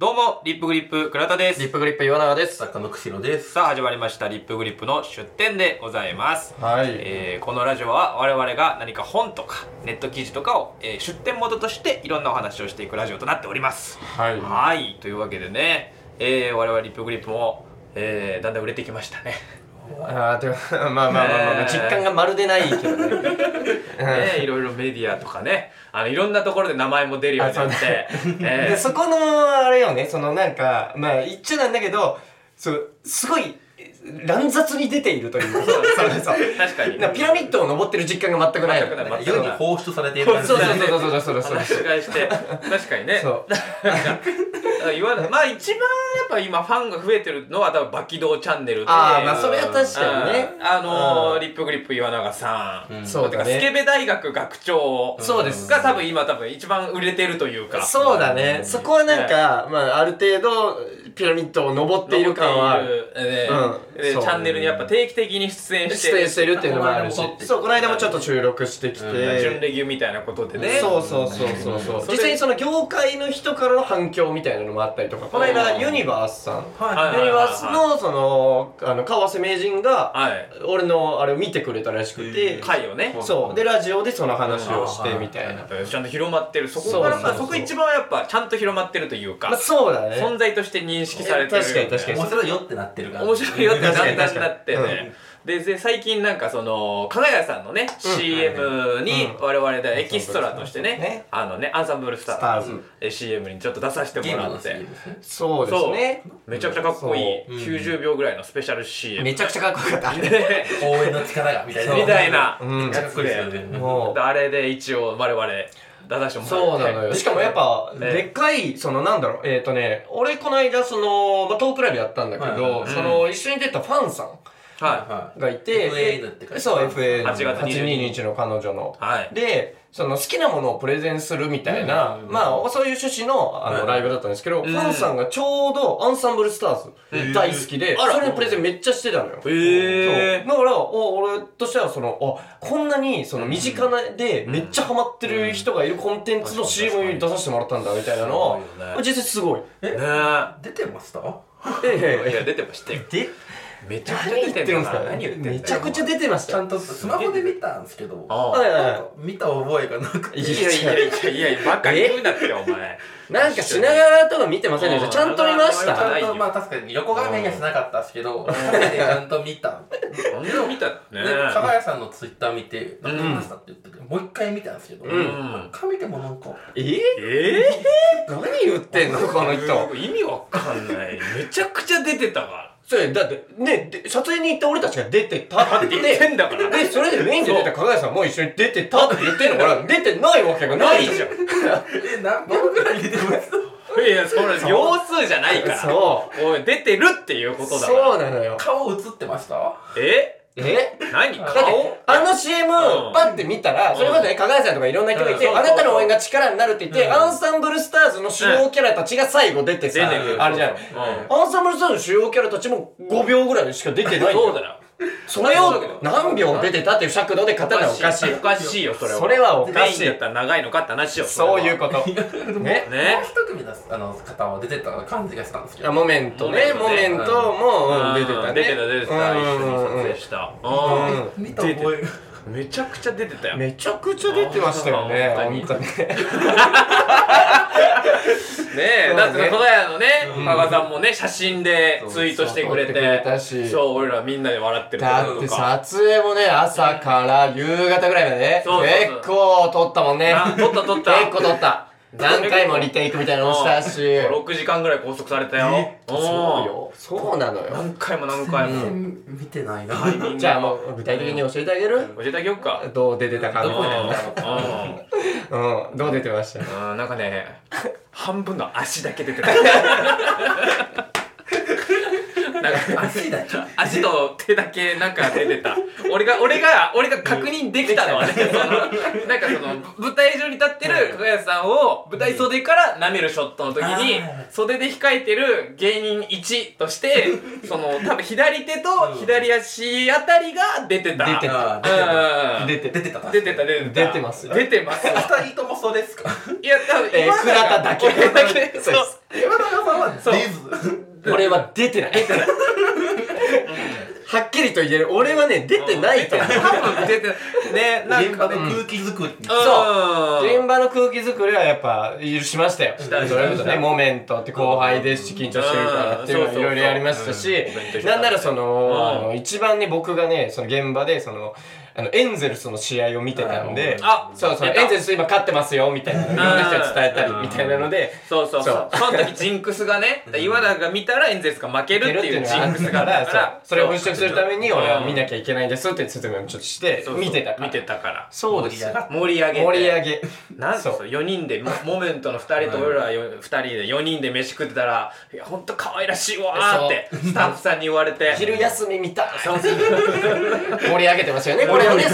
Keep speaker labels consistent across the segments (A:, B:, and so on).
A: どうも、リップグリップ倉田で
B: リッ
A: す。
B: プグリップ岩永です。
C: 坂野くしろです。
A: さあ、始まりました、リップグリップの出展でございます。
B: はい。
A: えーこのラジオは我々が何か本とかネット記事とかを、えー出展元としていろんなお話をしていくラジオとなっております。
B: はい。
A: はい、というわけでね、えー我々リップグリップも、えーだんだん売れてきました ね。
B: あーでも まあまあまあまあまあ、
A: ねえ
B: 実感がまるでないけどね。
A: ね、いろいろメディアとかね、あのいろんなところで名前も出るようになって
B: あそう、
A: え
B: で
A: ー
B: そこのあれよね、そのなんか、まあ言っちゃなんだけど、そうすごいえ乱雑に出ているというか。 そうそうそう
A: 確かに。
B: なピラミッドを登ってる実感が全くないの。
A: 全くない
C: 世に放出されている感じ
B: そうそうそ
C: だ
B: う
C: ね
B: そうそうそうそう
A: 話し返して、確かにね。
B: そう。
A: 言わないまあ一番やっぱ今ファンが増えてるのは多分バキドーチャンネルで
B: あーまあそれは確かにね
A: うんあの
B: う
A: ー、
B: ん
A: リップグリップ岩永さん、
C: うん
B: そうだ
A: スケ
B: ね。
A: ベ大学学長
B: そうです
A: が多分今多分一番売れてるというか
B: そうだね。そこはなんか、まあある程度、ピラミッドを登っている感はある。
A: 残っている
B: うん
A: で
B: そう
A: チャンネルにやっぱ定期的に出演して
B: 出演してるっていうのもあるし
C: この間も撮っ。て
B: そう、この間もちょっと収録してきて。
A: 準レギュみたいなことでね
B: そうそうそうそうそううん実際にその業界の人からの反響みたいなのもあったりとかこの間
A: うん
B: ユニバースさん
A: はい
B: ユニバースのそのあの川瀬名人が
A: はい
B: 俺のあれを見てくれたらしく
C: へ
B: て
C: ー
A: 回をね
B: そうでラジオでその話をしてみたい
A: や
B: な
A: っぱちゃんと広まってるそこから
B: そうそうそう
A: そこ一番やっぱちゃんと広まってるというか
B: まあそうだ
A: 存
B: ね
A: 在として認識されてる
B: 確かに確かに
C: 面白いよってなってるから。
A: 面白いよってだん
B: 確か
A: だ
B: に
A: ん
B: 確かに
A: なってね、でで最近なんかその加賀谷さんのね、CM に
B: うん
A: 我々でエキストラとしてね,、
B: ね
A: あのねアンサンブルスタ
B: スタ
A: ー
B: ー
A: ズ
B: ズ
A: え CM にちょっと出させて
C: ゲ
A: も
C: ーム
A: ら
C: の
A: って
C: CM
B: そうですね
A: めちゃくちゃかっこいい、
C: そううん
A: 90秒ぐらいのスペシャル CM
B: めちゃくちゃかっこよかった
A: で
C: 応援の力がみたいな。
A: みたいな
B: うん
A: やつで、
B: も う
A: であれで一応我々出させてもらって
B: そうなのよ。しかもやっぱ、
A: ね
B: でっかい、そのなんだろう、えっ、とね、俺この間その、まあ、トークライブやったんだけ
C: はいはい
B: ど、
C: はい
B: その、一緒に出たファンさん
A: は
B: がいて、
C: FAN って書いてある
B: そう、FA
A: 8月22
B: 22日の彼女の
A: い、。はい、
B: で、その好きなものをプレゼンするみたいな、まあ、そういう趣旨のあ
C: は
B: の
C: い
B: ライブだったんですけど、
A: ん
B: ファンさんがちょうどアンサンブルスターズ大好きで、
A: あら
B: それのプレゼンめっちゃしてたのよ。
A: へ
B: そうだからお俺としてはそのあこんなにその身近なでめっちゃハマってる人がいるコンテンツの CM に出させてもらったんだみたいなのは
A: すごいよね
B: 実際すごい。
A: えね
C: 出てました
B: え
A: えいや出てましたよめ
C: で、
A: ちゃくちゃ
B: 何言
A: 出
B: ってて
A: んだ
B: るんです
A: な
B: か
A: 何言ってんだよ
B: めちゃくちゃ出てまし
C: ちゃ
B: た。
C: んとスマホで見たんですけど、
A: ああ
B: はいはい
C: なん
B: は
C: か見た覚えがなくて。
B: い
A: いやいやいやいやいや、バカ言うなって、お前。
B: いなんか品川とか見てませんで
A: う
B: し
A: ん
B: た。ちゃんと見まし
C: ち
A: あ
B: た。
C: ゃんと、まあ確かに横画面にはしなかったですけど、でちゃんと見た。で、
A: そんなの見たね。
C: 加賀谷さんのツイッター見て、
A: ん
C: なんか見ましたって言ってて、もう一回見たんですけど、
B: ん
C: なんか見てもなんか、
B: え
A: え
B: 何言ってんのこの人。
A: 意味わかんない。めちゃくちゃ出てたか
B: それだってねで撮影に行った俺たちが出てたっ
A: ら。
B: て言っ
A: 出て
B: て。
A: んだから。
B: で、それでメインで出た加賀谷さんも一緒に出てたって言ってんのかな出てないわけがな
A: ないい
B: じ
A: じ
B: ゃ
A: ゃ
B: ん。
A: ん。
C: え、何本ぐらい出てます
A: いや、それ、秒数じゃないから。
B: そ
A: おい、出てるっていうこ
B: う。
A: とだ
B: そうなのよ。
C: 顔映ってました
A: え
B: え
A: 何
B: だって
A: 顔
B: あの CM
A: うん
B: パッて見たら、それまでね、加賀谷さんとかいろんな人がいて、
A: うん
B: あなたの応援が力になるって言って、アンサンブルスターズの主要キャラたちが最後出て
A: 出
B: さ
A: てく、る
B: あれじゃん。
A: う
B: アンサンブルスターズの主要キャラたちも5秒ぐらいしか出てない。
A: そうだよ。
B: それを何秒出てたっていう尺度で語るのはおかしい
A: お。かしいよ、それは。
B: それはおか
A: メイ
B: し
A: ン
B: い
A: だっ。たら長いのかって話よ。
B: そういう
A: こ
B: こと。ね
A: と。。
C: もう
A: ね。
C: 一組のあの方は出てた感じがしたんですけ
B: あ
C: ど。
B: モメントね、
A: モ
B: モ
A: メ
B: メ
A: ン
B: ン
C: トね
B: トも、うん、出てたね。
A: 出てた、出てた。一緒に撮影した。うん
B: うん
C: 見た覚えが。
A: めちゃくちゃ出てたよ。
B: めちゃくちゃ出てましたよね、
A: あー
B: 本当に。
A: ねえ、
B: そう
A: だ
B: だ
A: っ
B: ね
A: て加賀屋のね、加賀さんもね、写真でツイートしてくれ
B: そう撮ってくれ
A: て、
B: たし
A: そう、俺らみんなで笑ってるとこ
B: だ
A: ろ
B: っ
A: と
B: て
A: か。
B: 撮影もね、朝から夕方ぐらいまでね、
A: そうそうそう
B: 結構撮ったもんね。
A: あ撮った撮った
B: 結構撮った。何回もリテイクみたいなのしたし。
A: 6時間ぐらい拘束されたよ
C: え。
A: うん
B: そう。よ。そうなのよ。
A: 何回も何回も。
C: 見てないな。
B: じゃあもう具体的に教えてあげる
A: 教えてあげようか。
B: どう出てたか
A: うん。
C: どこ
B: の。
A: う
B: うん、どう出てました
A: んうん。なんかね、半分の足だけ 出てた。なんか
C: 足だけ。
A: 足と手だけなんか出てた俺が俺が俺が確認できたのはねそのなんかその舞台上に立ってる加賀谷さんを舞台袖から舐めるショットの時に
C: あー
A: 袖で控えてる芸人1と してその多分左手と左足あたりが出てた
B: 出て
C: あ
A: うん
B: 出て
C: 出てた。
A: 出てた出てた
B: 出てます
A: 出て ます
C: 二人ともそうですか。
A: いや多分
B: えー
A: 今永
B: 倉田だけ
A: 俺だけそう
B: そうです
C: 山田さんは
A: そう
C: リズ
B: 俺は出てない。はっきりと言える。俺はね、出てないと思う。
A: 多分出てねなん
C: 現場
A: か
C: の
A: ね
C: 空気作り
A: そう
B: 現場の空気作りはやっぱ、しましたよ。そ
A: た
B: れこそね、モメントって後輩ですし、緊張してるからっていうの
A: うん
B: いろいろやりまし
A: そ
B: たし
A: うそうそうう、ん
B: なんならその、
A: うん
B: あの一番ね、僕がね、その現場で、その、あの、エンゼルスの試合を見てたんで、
A: あ
B: そうそう、
A: やった
B: エンゼルス今勝ってますよ、みたいな、いろんな人に伝えたり、
D: うん
B: みたいなので、
A: そうそうそう
B: そ
A: その時ジンクスがね岩田が見たらエンゼルスが負けるっていうジンクスがあるか
B: そう
A: ら
B: それを払拭するために
A: うん
B: 俺は見なきゃいけないんですって説明をちょっとして
A: そうそう
B: 見てたから
A: 見てたから
B: そうですよ
A: 盛り上げて
B: 盛り上げ
A: なん
B: そ
A: そうう4人でモモメントの2人と俺ら2人で4人で飯食ってたら「いやほんと可愛らしいわ」ーってスタッフさんに言われて
B: 昼休み見たい
A: そうそう
B: 盛り上げてますよね
A: 盛り上げ
B: これもね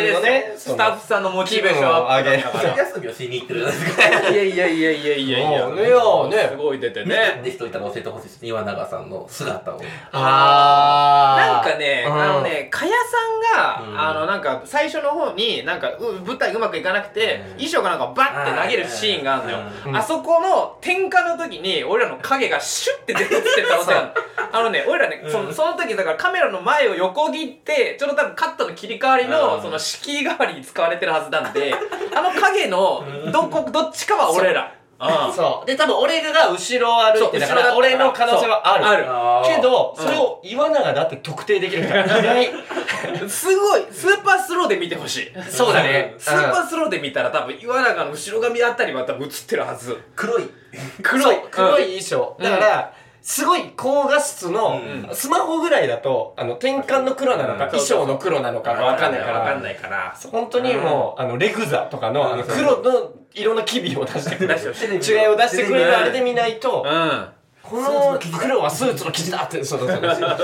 A: です
B: ス
A: スタ
B: タッ
A: ッ
B: フ
A: フさんのモチ
B: 気
A: ベ
B: 分
A: ーション
B: を上げる
C: 夏休みをしに行ってるじゃないですか
A: いやいやいやいやいやいや
B: もうねよね
A: すごい出て
C: ね
A: ね
C: できといたの教えてほしいです岩永さんの姿を
B: あー
A: なんかね、
B: うん
A: あのね、かやさんが、
C: うん
A: あの、なんか、最初の方に、なんか、う舞台うまくいかなくて、
C: うん
A: 衣装がなんかバッて投げるシーンがあるのよ。
B: うん
A: あそこの転換の時に、俺らの影がシュッて出てきてたのさ、あのね、俺らね、そのその時、だからカメラの前を横切って、ちょうど多分カットの切り替わり
C: う
A: の、
C: ん
A: その敷居代わりに使われてるはずなん で、あの影の、どこ、どっちかは俺ら。うん
B: そうで多分俺が後ろを歩いてだか
A: そう
B: ら
A: 後ろだ
B: 俺の可能性はある
A: そうある
B: けど
A: うん
B: それを岩永だって特定できる人はいない
A: すごいスーパースローで見てほしい
B: そうだね
A: スーパースローで見たら多分岩永の後ろ髪あたりは多分映ってるはず
C: 黒い
A: 黒い
B: そう黒い
A: うん
B: 衣装、
A: うん
B: だから、すごい高画質の、
C: う
B: スマホぐらいだとあの転換の黒なのか、
A: うん
B: 衣装の黒なのかが分かんないから
A: わかんないから
B: 本当にもう、あのレグザとかの,、あの
C: うん
B: 黒の色の機微を出してくれ
A: 出して
B: る
A: ほしい
B: 違いを出してくれ
A: うん
B: るあれで見ないと、
A: うん
B: この黒はスーツの生地だってそうそうそう
A: そうそう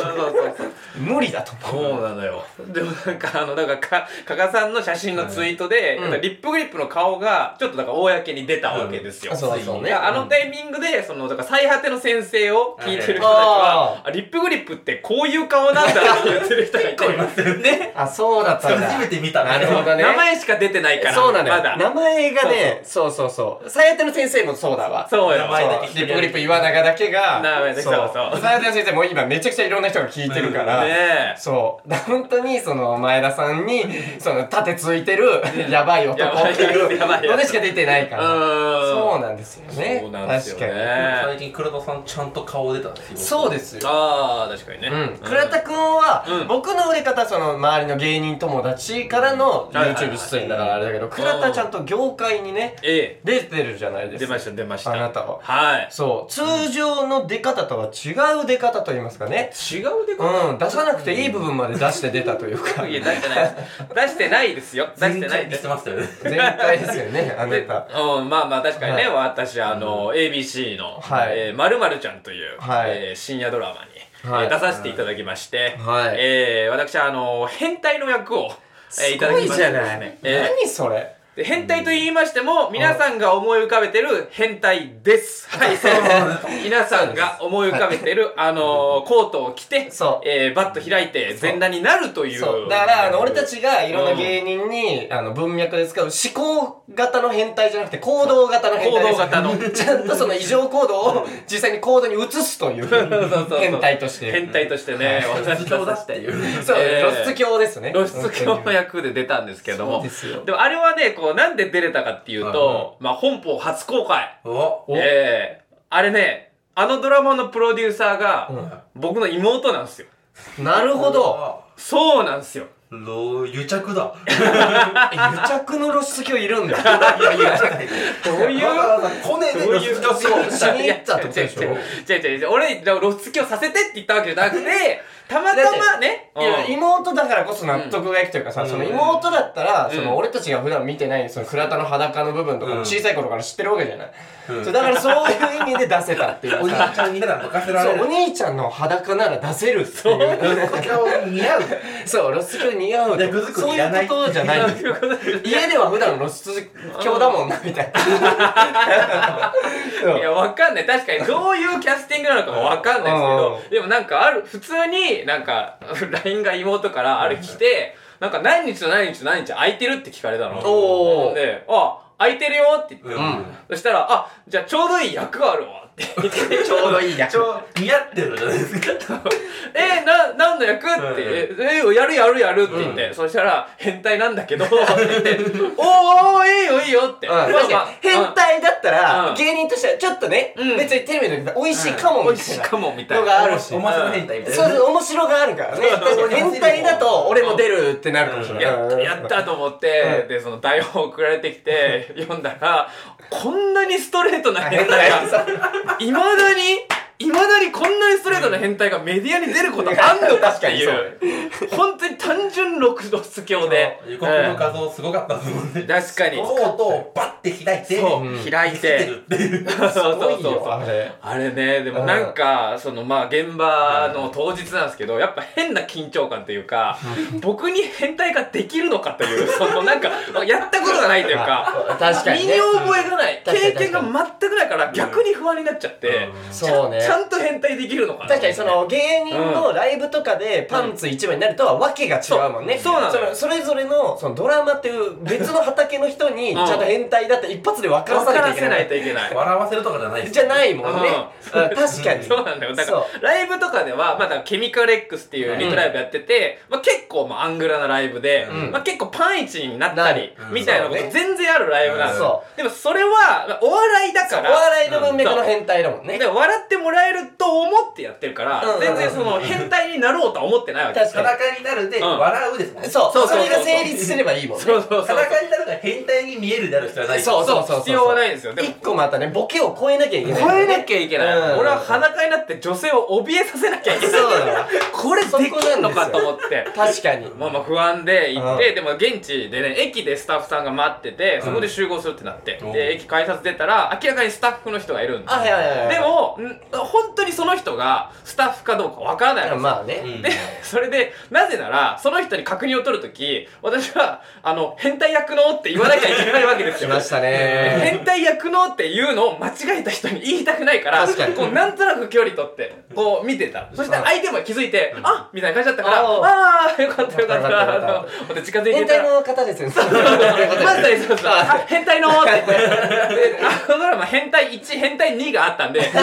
A: そう
B: 無理だと思う
A: そうなのよでもなんかあのなんかか加賀さんの写真のツイートで、
B: ん
A: なんかリップグリップの顔がちょっとなんか公に出たわけですよ、
B: あそうそう
A: い
B: ね
A: やあのタイミングで、その、だから、最果ての先生を聞いてる人たち
B: あ
A: は、あリップグリップってこういう顔なんだって言ってる人がい て、ね、
B: あそうだったんだ
C: 初めて見た
B: なるほどね
A: 名前しか出てないから、
B: そうなのよ、
A: まだ。
B: 名前がねそうそうそう最悪の先生もそうだわ
A: そうよ。
C: 名前だけ
B: リップグリップ岩永だけが
A: 名前だけそうそう
B: 前田先生もう今めちゃくちゃいろんな人が聞いてるから、
A: ねえ。
B: そうだ本当にその前田さんにその盾ついてるやばい男っていう
A: やばいやばい
B: のでしか出てないから、そううなんですよね
A: そうなんですよね
B: 確かに
C: 最近黒田さんちゃんと顔出たんですよ
B: そうですよ
A: ああ、確かにね。
B: うん、倉田くんは、
A: うん
B: 僕の売れ方その周りの芸人友達からの
A: いはいはい
B: YouTube 出演だからあれだけど倉田ちゃんと業界にね
A: え
B: 出てるじゃない
A: え、
B: ですか
A: 出ました、出ました。
B: あなたは
A: はい。
B: そう通常の出方とは違う出方と言いますかね
A: 違うでこ
B: うん、出さなくていい部分まで出して出たというか
A: いや、出してないです。出してないですよ。 出してないで
C: 出し
A: す
C: て。ましたよね
B: 全開ですよねあな
A: で
B: た
A: うん、まあまあ確かにね、
B: はい
A: 私あの、ABC の
B: はい
A: えーまるまるちゃん」という、
B: はい
A: えー深夜ドラマに、
B: はい
A: えー出させていただきまして、
B: はい
A: えー私あの変態の役を、えーいただきましてですね、え
B: 何それ
A: ーで変態と言いましても皆さんが思い浮かべてる変態です、はい、 皆さんが思い浮かべてる、あのコートを着て
B: そう
A: えーバッと開いて全裸になるという
B: そうだからあの俺たちがいろんな芸人に、あの文脈で使う思考型の変態じゃなくて行動型の変態です
A: 行動型の
B: ちゃんとその異常行動を実際に行動に移すとい う
A: そうそうそう
B: 変態として
A: 変態としてね、 私
C: 顔出
A: たち
C: していう
B: そう、
A: えー
B: 露出狂ですね
A: 露出狂の役で出たんですけど
B: そう
A: も
B: で、すよ
A: でもあれはね、こう、なんで出れたかっていうと、まあ、本邦初公開。
C: お
B: お
A: ええあれね、あのドラマのプロデューサーが、僕の妹なんですよ。
B: なるほど
A: そうなんですよ。
C: ロー癒着だ
B: え癒着の露出狂いるんだよ
A: どう いう
C: わざわざコネで
A: どういう
C: 露出狂
B: しに行ったってことでしょ
A: 違う違う違う違う違う俺、露出狂させてって言ったわけじゃなく て、たまたまね、
B: いや、
A: うん
B: 妹だからこそ納得がいくというかさ、
C: うん
B: その妹だったら、
A: うん
B: その俺たちが普段見てない、その倉田の裸の部分とか
C: う
B: も
C: ん
B: 小さい頃から知ってるわけじゃない。
C: うん
B: そうだからそういう意味で出せたっていう
C: おじ
B: か。
C: ちゃんに普段任せら
B: そ
C: れ
B: う、お
C: る
B: 兄ちゃんの裸なら出せるっていう。
C: 顔似合う
B: そう、露出狂似合うと。
C: 役作
B: そ
C: り
B: う
C: いらない
B: いうことじゃないんですよ。家では普段露出狂だもんな、みたいな。そう
A: いや、わかんない。確かに、どういうキャスティングなのかもわかんないですけど、でもなんかある、普通になんか、LINE が妹からある来て、なんか何日と何日と何日空いてるって聞かれたの。
B: おー
A: で、あ、空いてるよって言って、
C: うん
A: そしたら、あ、じゃあちょうどいい役があるわ。って。
B: ちょうどいいや
C: ちょ、似合ってるじゃないですか。
A: えー、な、何の役って、えー、やるやるやるって言って、そしたら、変態なんだけ ど、って言って、おーおー、いいよいいよって。
E: うん
A: まあまあ
B: 確かに変態だった
A: う
B: ら
A: ん
B: 芸人としてはちょっとね
A: うん
B: 別にテレビで見たら美味しいか
A: 美
B: もみ
A: 味
B: た
A: し
B: い
A: い
B: な
A: かも、みたい
B: のが
A: な。
B: あるし
C: お前の変態みたい
B: そ
C: な
B: う。そう面白があるからね変態だと俺も出るってなるかもしれない
A: やったやったと思って、で、その台本送られてきて、読んだら、こんなにストレートな変態が、いまだに、いまだにこんなにストレートな変態がメディアに出ることあんのかっていう、本当に単純六度素教で。
C: 予告の画像すごかったですもん
A: うん
C: ね。
A: 確かに。
C: そうと、バッて開いて、
A: そうう、
E: うん
A: 開い
C: て
A: て。
C: るってい う。
A: そうそう
E: 多
A: そう
E: い
A: そう
E: よ。あれ
A: あれね、でもなんか、そのまあ現場の当日なんですけど、やっぱ変な緊張感というか、僕に変態ができるのかという、 そのなんか、やったことがないというか、
B: 確か
A: 身
B: に
A: に
B: ね
A: 覚えがない、
B: 確か
A: 経
B: に
A: 験が全くないから逆に不安になっちゃって、ちゃ
B: そうんね
A: ちゃんと変態できるのかな。
B: 確かにその芸人のライブとかでパンツ一枚になるとはわけが違うもんね、
A: そうそうなのよ
B: のそれぞれのそのドラマっていう別の畑の人にち
A: う
B: ゃ
A: ん
B: んと変態だって一発で分から
A: 分
B: さ
A: から
B: なきゃいけ
A: せ
B: な
A: ないいといけない。
C: 笑わせるとかじゃないです
B: じゃないもんね、うん確かに
A: そうなんだよ。だか
B: そ
A: ら、ライブとかでは、まあだから、ケミカル X っていうリトライブやってて、まあ結構、まあアングラなライブで、
C: うん
A: まあ結構パンイチになったり
C: な、る
A: みたいなこと
B: うん
A: 全然あるライブなの
B: そ
A: よ。でもそれは、まあお笑いだか
B: お
A: ら、
B: 笑いの文脈の変態だもんね、
A: で笑ってもらえると思ってやってるから、
B: うん
A: 全然その変態になろうとは思ってないわけ。
B: 確か
C: 裸になるで、
A: うん
C: 笑うですもんね。
B: そう
A: そうそうそう
B: れが成立すればいいもんね
A: そうそうそう。
C: 裸になるが変態に見えるである必要はない。
B: そう
A: そう必要はないんですよ。でも
B: 一個またねボケを超えなきゃいけない
A: 超えなきゃいけない、
B: うん
A: 俺は裸になって女性を怯えさせなきゃいけない
B: そうだよ
A: これできんのかと思って
B: 確かに
A: まあまあ不安で行って、でも現地でね、駅でスタッフさんが待ってて、そこで集合するってなって、
C: うん
A: で、駅改札出たら、明らかにスタッフの人がいるんです
B: あはいはいはいはい
A: でも、ん本当にその人がスタッフかどうかわからないんですよ
B: まあね、
C: ん
A: で、それで、なぜなら、その人に確認を取るとき、私は、あの、変態役のって言わなきゃいけないわけです
B: 来
A: よ。
B: ま したね
A: 変態役のっていうのを間違えた人に言いたくないから、
B: 確かに
A: こうなんとなく距離取って、こう見てた。そして相手も気づいて、あみたいな感じだったから、
B: おう
A: ああよかったよかっ
B: よかったよか
A: た。
B: っ
A: ほんで近づいてい
B: 変
A: た
B: 態
A: ら、
B: の方ですよね
A: まずねそうそうあ変態のーって言って、であのドラマ変態1、変態2があったんで、その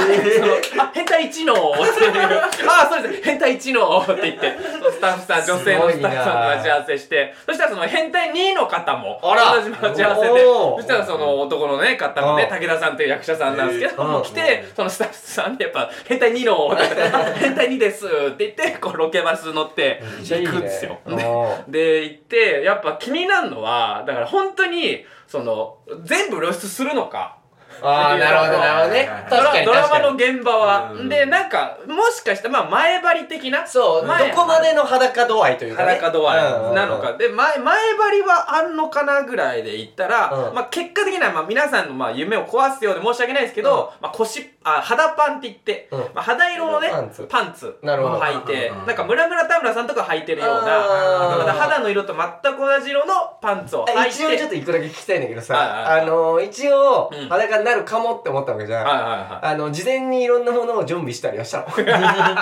A: あ変態1のーっていう、ああ、そうです、変態1のーって言って、そのスタッフさん、女性のスタッフさんと待ち合わせして、そしたらその変態2の方も、
B: あら
A: 同じ待ち合わせで、
B: おー
A: そしたらその男のね、方もね、
B: う
A: 武田さんという役者さんなんですけど、
B: うん
A: もう来て、そのスタッフさんでやっぱ、変態2のーって言って、あ変態2ですって言って、こうロケバス乗って、行くんですよ。
B: うん
A: でで行ってやっぱ気になるのはだから本当にその全部露出するのか
B: ああなるほどなるほどね
C: はい
B: 確かに
A: ドラド
B: 確か
A: ラマ
B: に
A: の現場は、
C: うん
A: でなんかもしかしたらまあ前張り的な
B: そう、ど
A: 前
B: こまでの裸度合いというか、ね。
A: 裸度合
B: うんうんう
A: い
B: ん
A: なのか、で前前張りはあんのかなぐらいで言ったら、
B: うん
A: まあ、結果的にはまあ皆さんのまあ夢を壊すようで申し訳ないですけど、まあ、腰あ肌パンって言って、
B: うん
A: まあ、肌色のね
B: パンツ
A: パンツを
B: なるほど
A: 履いて
C: うんうんうん
A: なんか村村田村さんとか履いてるような。
B: あー
A: また肌の色と全く同じ色のパンツを
B: あ
A: 履い
B: 一応ち
A: て
B: ょっと一個だけ聞きたいんだけど
A: はい
B: さ、
A: はい
B: あのー、一応
A: うん
B: 裸になるかもって思ったわけじゃん。
A: はい は
B: あの、事前にいろんなものを準備したりは したの。そう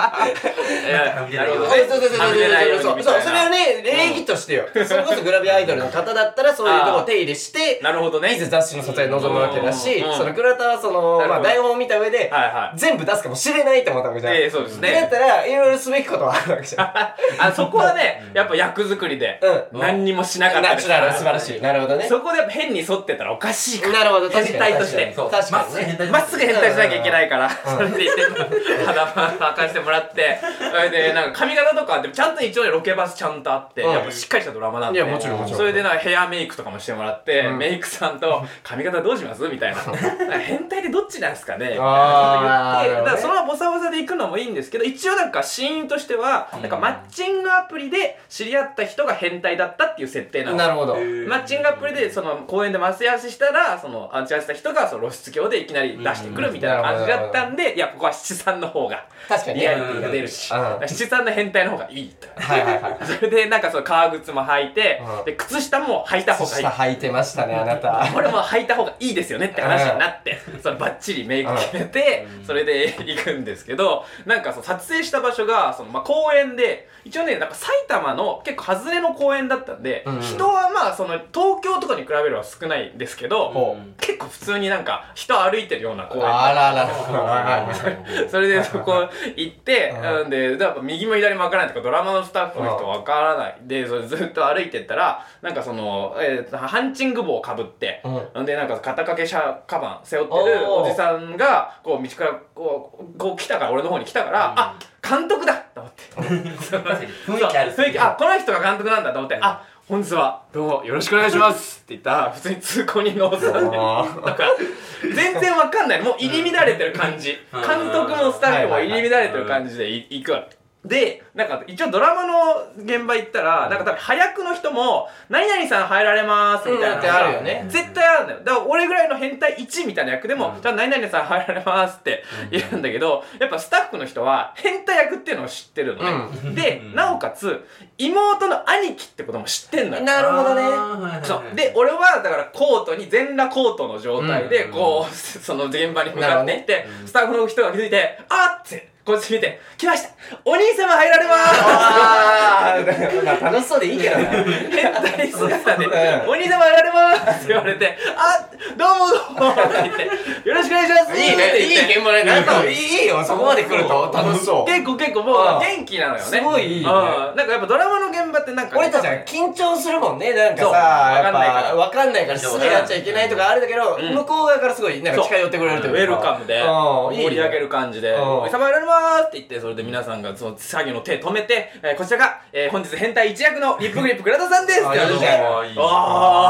A: いはいいや。なるほどね
C: え
B: そうそうそう
A: はみ出ないように
B: そう
A: み
B: そ
A: た
B: う
A: いな
B: それはね、礼儀としてよ。それこそグラビアアイドルの方だったらそういうとこ手入れして、
A: なるほどね。
B: いざ雑誌の撮影に臨むわけだし
A: うん、
B: その倉田はその、
A: なる
B: ま
A: ほ
B: あ
A: ど
B: 台本を見た上で、
A: はいは
B: 全部出すかもしれないと思ったわけじゃん。
A: い。ええ、そうです
B: だっ
A: ね。
B: たら、いろいろすべきことはあるわけじゃん。
A: あ、そこはね、やっぱ役作りで、
B: う
A: 何にもしなかったで
B: ナチ
A: す
B: ュラル素晴らしい。なるほどね。
A: そこでやっぱ変に沿ってたらおかしいから。
B: なるほど、
A: 変態として
C: そう
B: 確
C: ま
B: か
C: っ
B: に
C: すぐ変
B: ね。
C: 態
A: まっすぐ変態しなきゃいけないから、それで言って、肌パン 履かしてもらって、それで、なんか髪型とか、でもちゃんと一応ねロケバスちゃんとあって、
B: うん
A: やっぱしっかりしたドラマなん
B: い
A: で。
B: や、もちろん、もちろん。
A: それでなんかヘアメイクとかもしてもらって、
B: うん
A: メイクさんと髪型どうしますみたいななん か変態でどっちなんですかねみたいな
B: あー
A: こと言ってだか
B: なるほどね
A: らそのままボサボサで行くのもいいんですけど一応なんかシーンとしてはなんかマッチングアプリで知り合った人が変態だったっていう設定なの
B: なるほど。
A: マッチングアプリでその公園で待ち合わせしたらその待ち合わせした人がその露出狂でいきなり出してくるみたいな感じだったんでいやここは七三の方が
B: 確かに
A: リアリ
B: ね。
A: ティが出るし
B: うん
A: 七三の変態の方がいいと。
B: はいはいはい。
A: それでなんかその革靴も履いて、
B: うん
A: で靴下も履いた方がいい
B: 下履いてましたね、あなた。
A: これも履いた方がいいですよねって話になって、そのバッチリメイク決めて、それで行くんですけどなんかその撮影した場所がその、まあ、公園で一応ねなんか埼玉の結構外れの公園だったんで、
E: うんうん
A: 人はまあその東京とかに比べれば少ないんですけど、
E: ほ
A: 結構普通になんか人歩いてるような公園
E: あらら
A: それでそこ 行って、
E: うん
A: なんで、やっぱ右も左も分からないとか、ドラマのスタッフの人分からない。で、それずっと歩いてったら、なんかその、えーハンチング帽をかぶって、
E: うん
A: なんで、なんか肩掛けシャカバン背負ってる
E: おー
A: おじさんが、こう、道から、こう、こう来たから、俺の方に来たから、あ監督だと思って。
C: 雰囲気ある
A: 雰囲気、あ、この人が監督なんだと思って、あ、本日は、どうも、よろしくお願いしますって言ったら、普通に通行人のおっさんで、なんか、全然わかんない。もう入り乱れてる感じ。
C: うん
A: 監督もスタッフも入り乱れてる感じでい行くわけ。で、なんか一応ドラマの現場行ったら、なんか多分早くの人も、何々さん入られますみたいなの
B: うんだって
A: が
B: あるよね
A: 絶対あるんだよ。だから俺ぐらいの変態1みたいな役でも、
C: うん
A: じゃあ何々さん入られますって言うんだけど、やっぱスタッフの人は変態役っていうのを知ってるのね。で、
C: うん
A: なおかつ、妹の兄貴ってことも知ってんのよ。
B: なるほどね
A: そうで俺はだからコートに全裸コートの状態で
C: うん
A: こう、 その現場に向かっていって、スタッフの人が気づいて「あっ!」ってこっち見て「来ましたお兄様入られま
E: あーまあ楽しそうでいいけどね
A: ーす!」 変態姿で
E: う
A: 「お兄様入られまーす!」って言われて「あっどうもどうも!」って言って「よろしくお願いします!」
E: いい
A: って
E: ね
A: 言って
E: いい現場ねなんかいいよそこまで来ると楽しそう
A: 結構結構も
E: あ
A: う
E: ー
A: 元気なのよね
E: すごいいいね
A: うんなんかやっぱドラマの現場ってなんかね
B: 俺たちは緊張するもんねなんか
A: そう
B: さや
A: わかん
B: っ
A: ないか
B: ぱ
A: ら
B: わかんないからすぐやっちゃいけないとかあるんだけど、
A: うん
B: 向こう側からすごいなんか近寄ってくれると
A: ウ
B: い
A: ェ
B: うか
A: ルカムで
E: うんいいね
A: 盛り上げる感じで「
E: うん
A: おいさまやられまーす」って言ってそれで皆さんがその作業の手止めて、えーこちらが、えー本日変態一役のリップグリップグラダさんです」って言われて
E: あいいね
A: 「お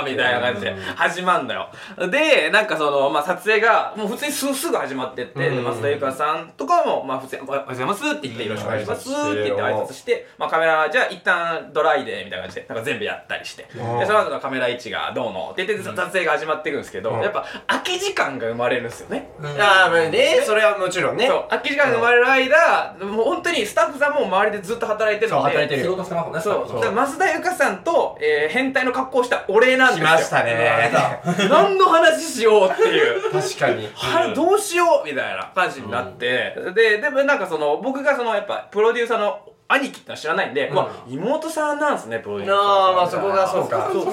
A: ー」みたいな感じで始まんだよでなんかその、まあ、撮影がもう普通にすすぐ始まってって、
E: うん
A: 松田優香さんとかも、まあ、普通に「おはようございます」って言って「よろしくお願いします」って言って挨拶して、まあ、カメラじゃあ一旦ドライでみたいな感じでなんか全部やったりして
E: うん
A: でその後のカメラ位置がどうのって言って撮影が始まっていくんですけど、
E: うん
A: やっぱ空き時間が生まれるんですよね。
B: あーまあねそれはもちろんね
A: そう空き時間が生まれる間、もう本当にスタッフさんも周りでずっと働いてるんで
E: そう働いてる
C: 仕事してますもんね
A: そう
E: そう
A: だから増田由香さんと、えー変態の格好をしたお礼なんですよ
E: 来ましたね
A: 何の話しようっていう
E: 確かに
A: あれどうしようみたいな感じになって、ででもなんかその僕がそのやっぱプロデューサーの兄貴ってのは知らないんで、うわ妹さんなんすねプロデューサー
B: あーまあ
A: さん
B: そこがそうか
C: そうそうそ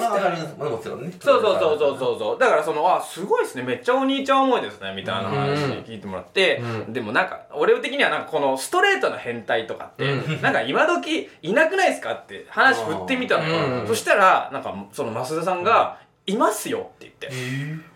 C: うもちろんね
A: そうそうそうそうそうそうだからそのあすごいですねめっちゃお兄ちゃん思いですねみたいな話
E: うん
A: 聞いてもらって、
E: うん
A: でもなんか俺的にはなんかこのストレートな変態とかって、
E: う
A: なんか今時いなくないですかって話振ってみたのよ、
E: うん
A: そしたらなんかその増田さんが「いますよ」って言って、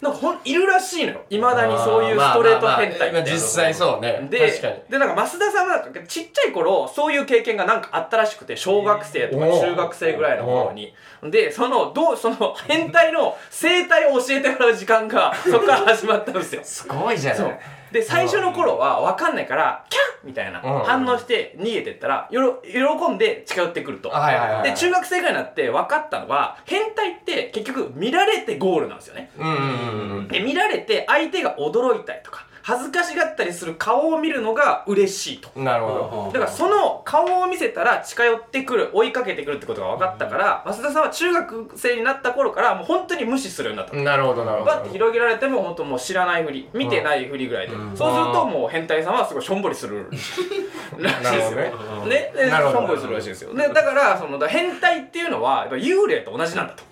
A: なんかほんいるらしいのよいまだにそういうストレート変態って、
E: まあまあまあ実際そうね確かに
A: ででなんか増田さんはなんかちっちゃい頃そういう経験がなんかあったらしくて小学生とか
E: えー
A: 中学生ぐらいの頃にでそのどうその変態の生態を教えてもらう時間 がそこから始まったんですよ
E: すごいじゃ
A: そ
E: な
A: う
E: い
A: で最初の頃は分かんないからキャンみたいな
E: うん
A: 反応して逃げてったらよろ喜んで近寄ってくると
E: あはいはいはい
A: で中学生ぐらいになって分かったのは変態って結局見られてゴールなんですよね
E: うんうんうんうん
A: で見られて相手が驚いたりとか恥ずかしがったりする顔を見るのが嬉しいと
E: なるほど
C: だ
A: だからその顔を見せたら近寄ってくる追いかけてくるってことが分かったから増田さんは中学生になった頃からもう本当に無視するようになった
E: なるほどなるほ
A: バッて
E: ど
A: 広げられても本当もう知らないふり見てないふりぐらいで
C: うん
A: そうするともう変態さんはすごいしょんぼりするらしいですよ
E: なる
C: ら
A: ねでし
E: なるほど
A: ょんぼりするらしいですよねだからそのだから変態っていうのはやっぱ幽霊と同じなんだと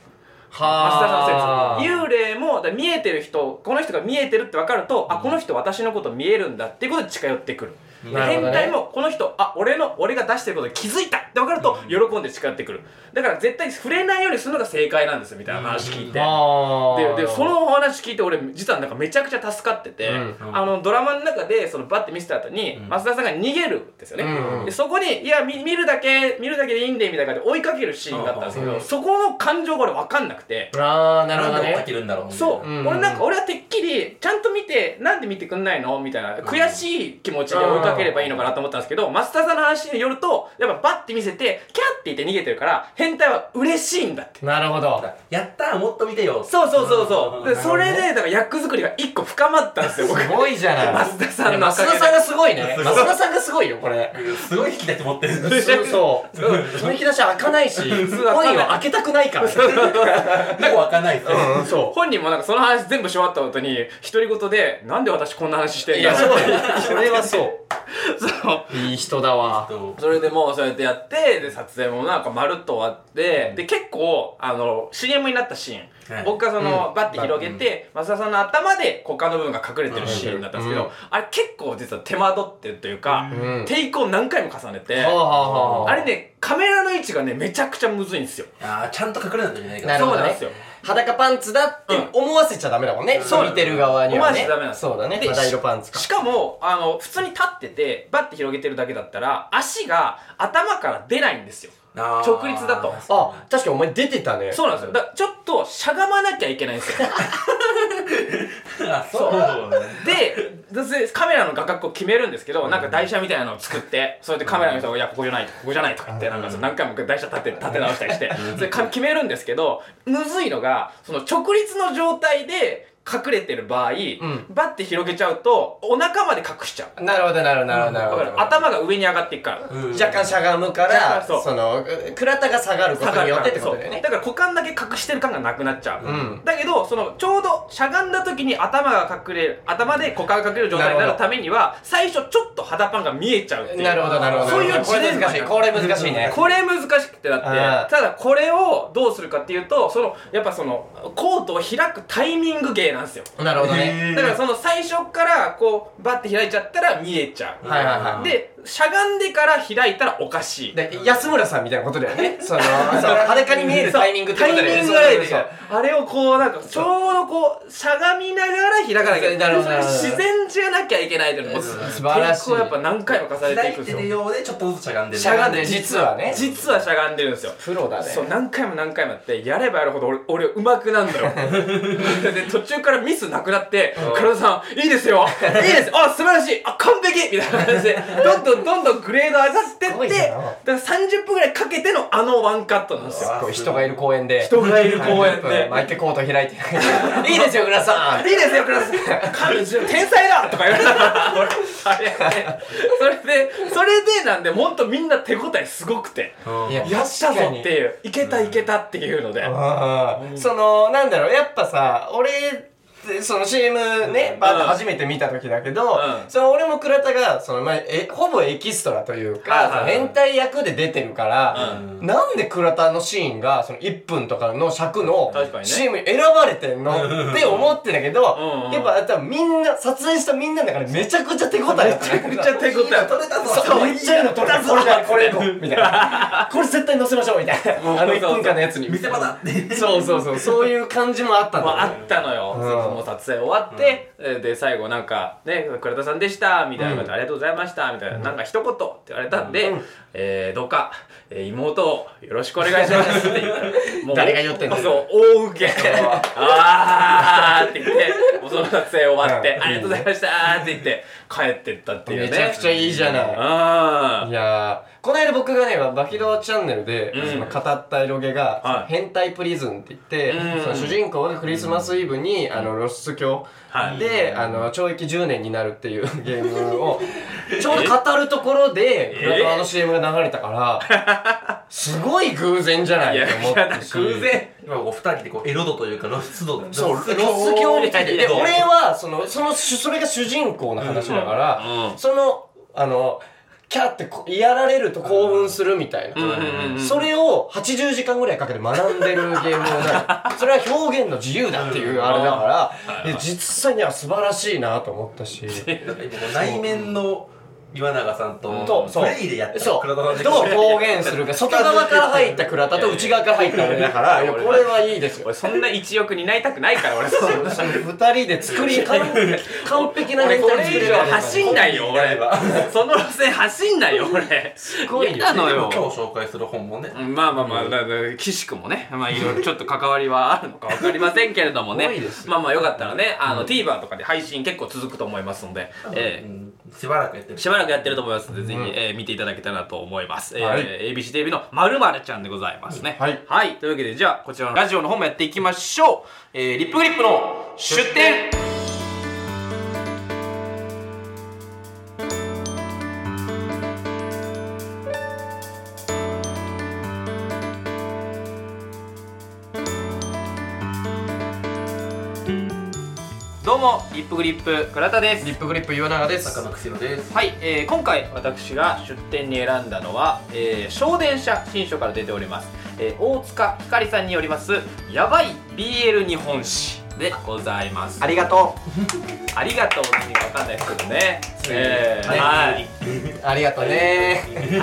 A: 増田さん
E: は
A: の説幽霊もだから見えてる人この人が見えてるって分かるとあこの人私のこと見えるんだっていうことで近寄ってくるで
E: なるほ
A: 変
E: どね
A: 態もこの人あ俺の俺が出してることに気づいたって分かると喜んで近寄ってくるだから絶対触れないようにするのが正解なんですみたいな話聞いて。ででそのお話聞いて俺実はなんかめちゃくちゃ助かってて、
E: うん
A: あのドラマの中でそのバッて見せた後に、
C: うん
A: 増田さんが逃げるんですよね、
E: うんうん
A: でそこに「いや見見るだけ見るだけでいいんで」みたいな感じで追いかけるシーンがあったんですけど、
E: うん
A: そこの感情が俺分かんなくて、
E: あーなるほど
C: なんで追っか
E: ね
C: けるんだろう
A: そう、
E: うん
A: 俺なんか俺はてっきりちゃんと見てなんで見てくんないのみたいな悔しい気持ちで追いかければいいのかなと思ったんですけど、マスターさんの話によるとやっぱバッて見せてキャッて言って逃げてるから変態は嬉しいんだって
E: なるほど
C: やったらもっと見てよ
A: そうそうそうそうで
E: なる
A: そ
E: ほどね
A: れでだから役作りが一個深まったんですよ僕
E: すごいじゃない
A: 増田さんのおか
B: 増
A: げで
B: 田さんがすごいね
C: すごい
B: 増田さんがすごいよこれ
C: すごい引き出し持 ってる
E: そうそ
B: その引き出し開かないし本
A: 通開かない
B: 人は開けたくないから
C: もうわかんないですね
E: ううんそ
A: 本人もなんかその話全部し終わった後に独り言で「なんで私こんな話してんだ?」
E: うそれはそう
A: その
E: いい人だわ
C: と
A: それでもうそうやってやってで撮影もなんかまるっと終わって、で結構あの CM になったシーン、
C: はい
A: 僕がその、バッて広げて、増田さんの頭で股間の部分が隠れてるシーンだったんですけど、
E: うん
A: あれ結構実は手間取ってるというか、
E: うん
A: テイクを何回も重ねて、
E: はあはあは
A: あれねカメラの位置がねめちゃくちゃむずいんですよ
C: あーちゃんと隠れないといけないか
B: な
C: ら
B: るほどね
A: そうなんですよ
B: 裸パンツだって思わせちゃダメだもんね、
A: そう
B: 見てる側にはね
A: 思わせちゃダメなんです
B: そうだね
A: で
B: 肌色パンツか
A: しかもあの普通に立っててバッて広げてるだけだったら足が頭から出ないんですよ
C: あー
A: 直立だと
E: あ確かにお前出てたね
A: そうなんですよだからちょっとしゃがまなきゃいけないんですよ
C: あそうだね
A: で、でカメラの画角を決めるんですけど、なんか台車みたいなのを作って、そうやってカメラの人が、いや、ここじゃない、ここじゃないとか言って、なんかそう何回も台車立て立て直したりして、それか決めるんですけど、むずいのが、その直立の状態で隠れてる場合、バッて広げちゃうと、お腹まで隠しちゃう。
B: なるほどなるほどなるほどなる
A: だ
B: ほ
A: か
B: ど
A: ら頭が上に上がっていくから。
C: うん
B: 若干しゃがむから
A: 若干そう
B: その倉田が下がることによってってことだよ
A: そう
B: ね
A: だから股間だけ隠してる感がなくなっちゃう、
B: ん
A: だけどそのちょうどしゃがんだ時に頭が隠れる頭で股間が隠れる状態になるためには最初ちょっと肌パンが見えちゃうっていう
B: なるほどなるほど
A: そういう
B: こ
A: ジレ
B: れ
A: ンマ
B: 難しいこれ難しいね
A: これ難しくてだ
B: あ
A: っ
B: ー
A: てただこれをどうするかっていうとそのやっぱそのコートを開くタイミング芸なんですよ
B: なるほどね
A: だからその最初からこうバッて開いちゃったら見えちゃう、
B: はいはいはい
A: でしゃがんでから開いたらおかしい
B: で安村さんみたいなことだよねそのそう裸に見えるタイミングってことだよね
A: タイミングぐらいで
B: そうそう
A: あれをこうなんかちょうどこうしゃがみながら開かなきゃいけ
B: なるほどなるほど
A: 自然じゃなきゃいけないというのも
B: そう素晴らしい
A: 結構やっぱ何回も重ねてい
C: 左
A: くんで
C: 手
A: す
C: で
A: よ
C: 用でちょっとずつしゃがんでる
B: しゃがんでる実はね
A: 実はしゃがんでるんですよ
B: プロだね
A: そう何回も何回もやってやればやるほど俺俺上手くなんだ よで途中からミスなくなって「体さんいいですよいいですあ素晴らしいあ完璧!」みたいな感じでどんどんどんどんグレード上がって
B: すご
A: っ
B: い
A: て
B: な
A: だから30分ぐらいかけてのあのワンカットなんですよ
C: あ
B: こう人がいる公園で
A: 人がいる公園
B: はい
A: で
B: 毎回コート開いて いいですよ倉田さん
A: いいですよ、クラス。彼女、天才だとか言われたから、俺、あれ、それで、それでなんで、ほんとみんな手応えすごくて、
C: うん
B: いや
A: やったぞ
B: 確かに
A: っていう、いけたいけたっていうので、
B: あーそのなんだろうやっぱさ俺ってその CM ねバーッと初めて見た時だけど、
A: うん
B: その俺も倉田がその、まあ、えほぼエキストラという
A: はい
B: か、
A: はいはい
B: その変態役で出てるから、
C: う
B: なんで倉田のシーンがその1分とかの尺の
A: 確かにね
B: CM に選ばれてんのって思ってんだけど、
A: うんうん
B: やっぱ多分みんな撮影したみんなの中でめちゃくちゃ手応えめちゃ
A: めっちゃ手応え
C: 取れたぞ
B: そう、めっちゃいいの撮れたこれだ、これこうみたいな。これ絶対載せましょうみたいな。あの1分間のやつに。
C: 見せ場だって
B: そうそうそう、そういう感じもあったん
A: まあ、あっ
B: だ。
A: たのよ、
B: うん
A: そのもう撮影終わって、えーで最後なんか「ね倉田さんでした」みたいな感じで、ありがとうございました」みたいな、なんか一言って言われたんで「えーどうか、えー妹をよろしくお願いします」って言 ったらもう
B: 誰が言ってんの
A: そう大受け「あー」って言ってもうその撮影終わって「
B: うん
A: ありがとうございました」って言って帰ってったっていうね
B: めちゃくちゃいいじゃない。
A: あ
B: いやー、この間僕がね、バキドーチャンネルで、
A: うん
B: その語った色気が、
A: はい
B: 変態プリズンって言って、
A: うん
B: その主人公がクリスマスイブに、あの露出狂
A: はい
B: で、あの懲役10年になるっていう ゲームをちょうど語るところで、
A: え
B: クラドワの CM が流れたから、 すごい偶然じゃない
A: いや
B: と思っ
A: いやだ
B: た
A: 偶
B: し
A: 然
C: 今お二人でこうエロ度というか露出度
B: そう、ロ
C: 露出
B: ス教に対して。で、
A: そう
B: 俺は、その、その、それが主人公の話だから、
A: うんうん
B: その、あの、キャーってこやられると興奮するみたいな。
A: うんうんうん
B: それを80時間ぐらいかけて学んで るゲームなのそれは表現の自由だっていうあれだから、いや実際には素晴らしいなと思った し。
C: 内面の岩永さんと
B: とそう
C: プレイでやって
B: そう。
C: 倉田
B: ど
C: さ
B: うん
C: で
B: 表現す るか。外側から入った倉田と内側から入った俺だから、いやこれはいいですよ。
A: 俺そんな一億担いたくないから俺そんな
B: 二人で作り、完璧 完璧な
A: 俺
B: ネ
A: こ
B: タ
A: れ
B: 作
A: 以
B: れ
A: 上
B: る
A: 走んないよ俺
C: は
A: その路線走んないよ俺す
B: ごいよ
A: なの
C: 今
A: よ
C: 日紹介する本もね
A: まあまあまあ、だから岸君もね、まあいろいろちょっと関わりはあるのかわかりませんけれどもね
B: すごいです、よ
A: まあまあよかったらね、あの TVer とかで配信結構続くと思いますので、え
C: うんしばらくやってる
A: ーしばらくやってると思いますので、ぜひ、
B: うん
A: えー見ていただけたらと思います。え
B: は
A: ー、ABCTV のまるまるちゃんでございますね。
B: はい
A: はい。というわけで、じゃあ、こちらのラジオの方もやっていきましょう。えー、リップグリップの出店どうもリップグリップ倉田です
B: リップグリップ岩永で
C: 坂
B: す
C: 野久代です
A: はい、えー今回私が出店に選んだのは、えー、小電車新書から出ております、えー大塚ひかりさんによりますやばい BL 日本史でございます
B: ありがと
A: ありがとうって意味かわかんないですけどね
C: に
A: えーはい、
B: うありがとうねありが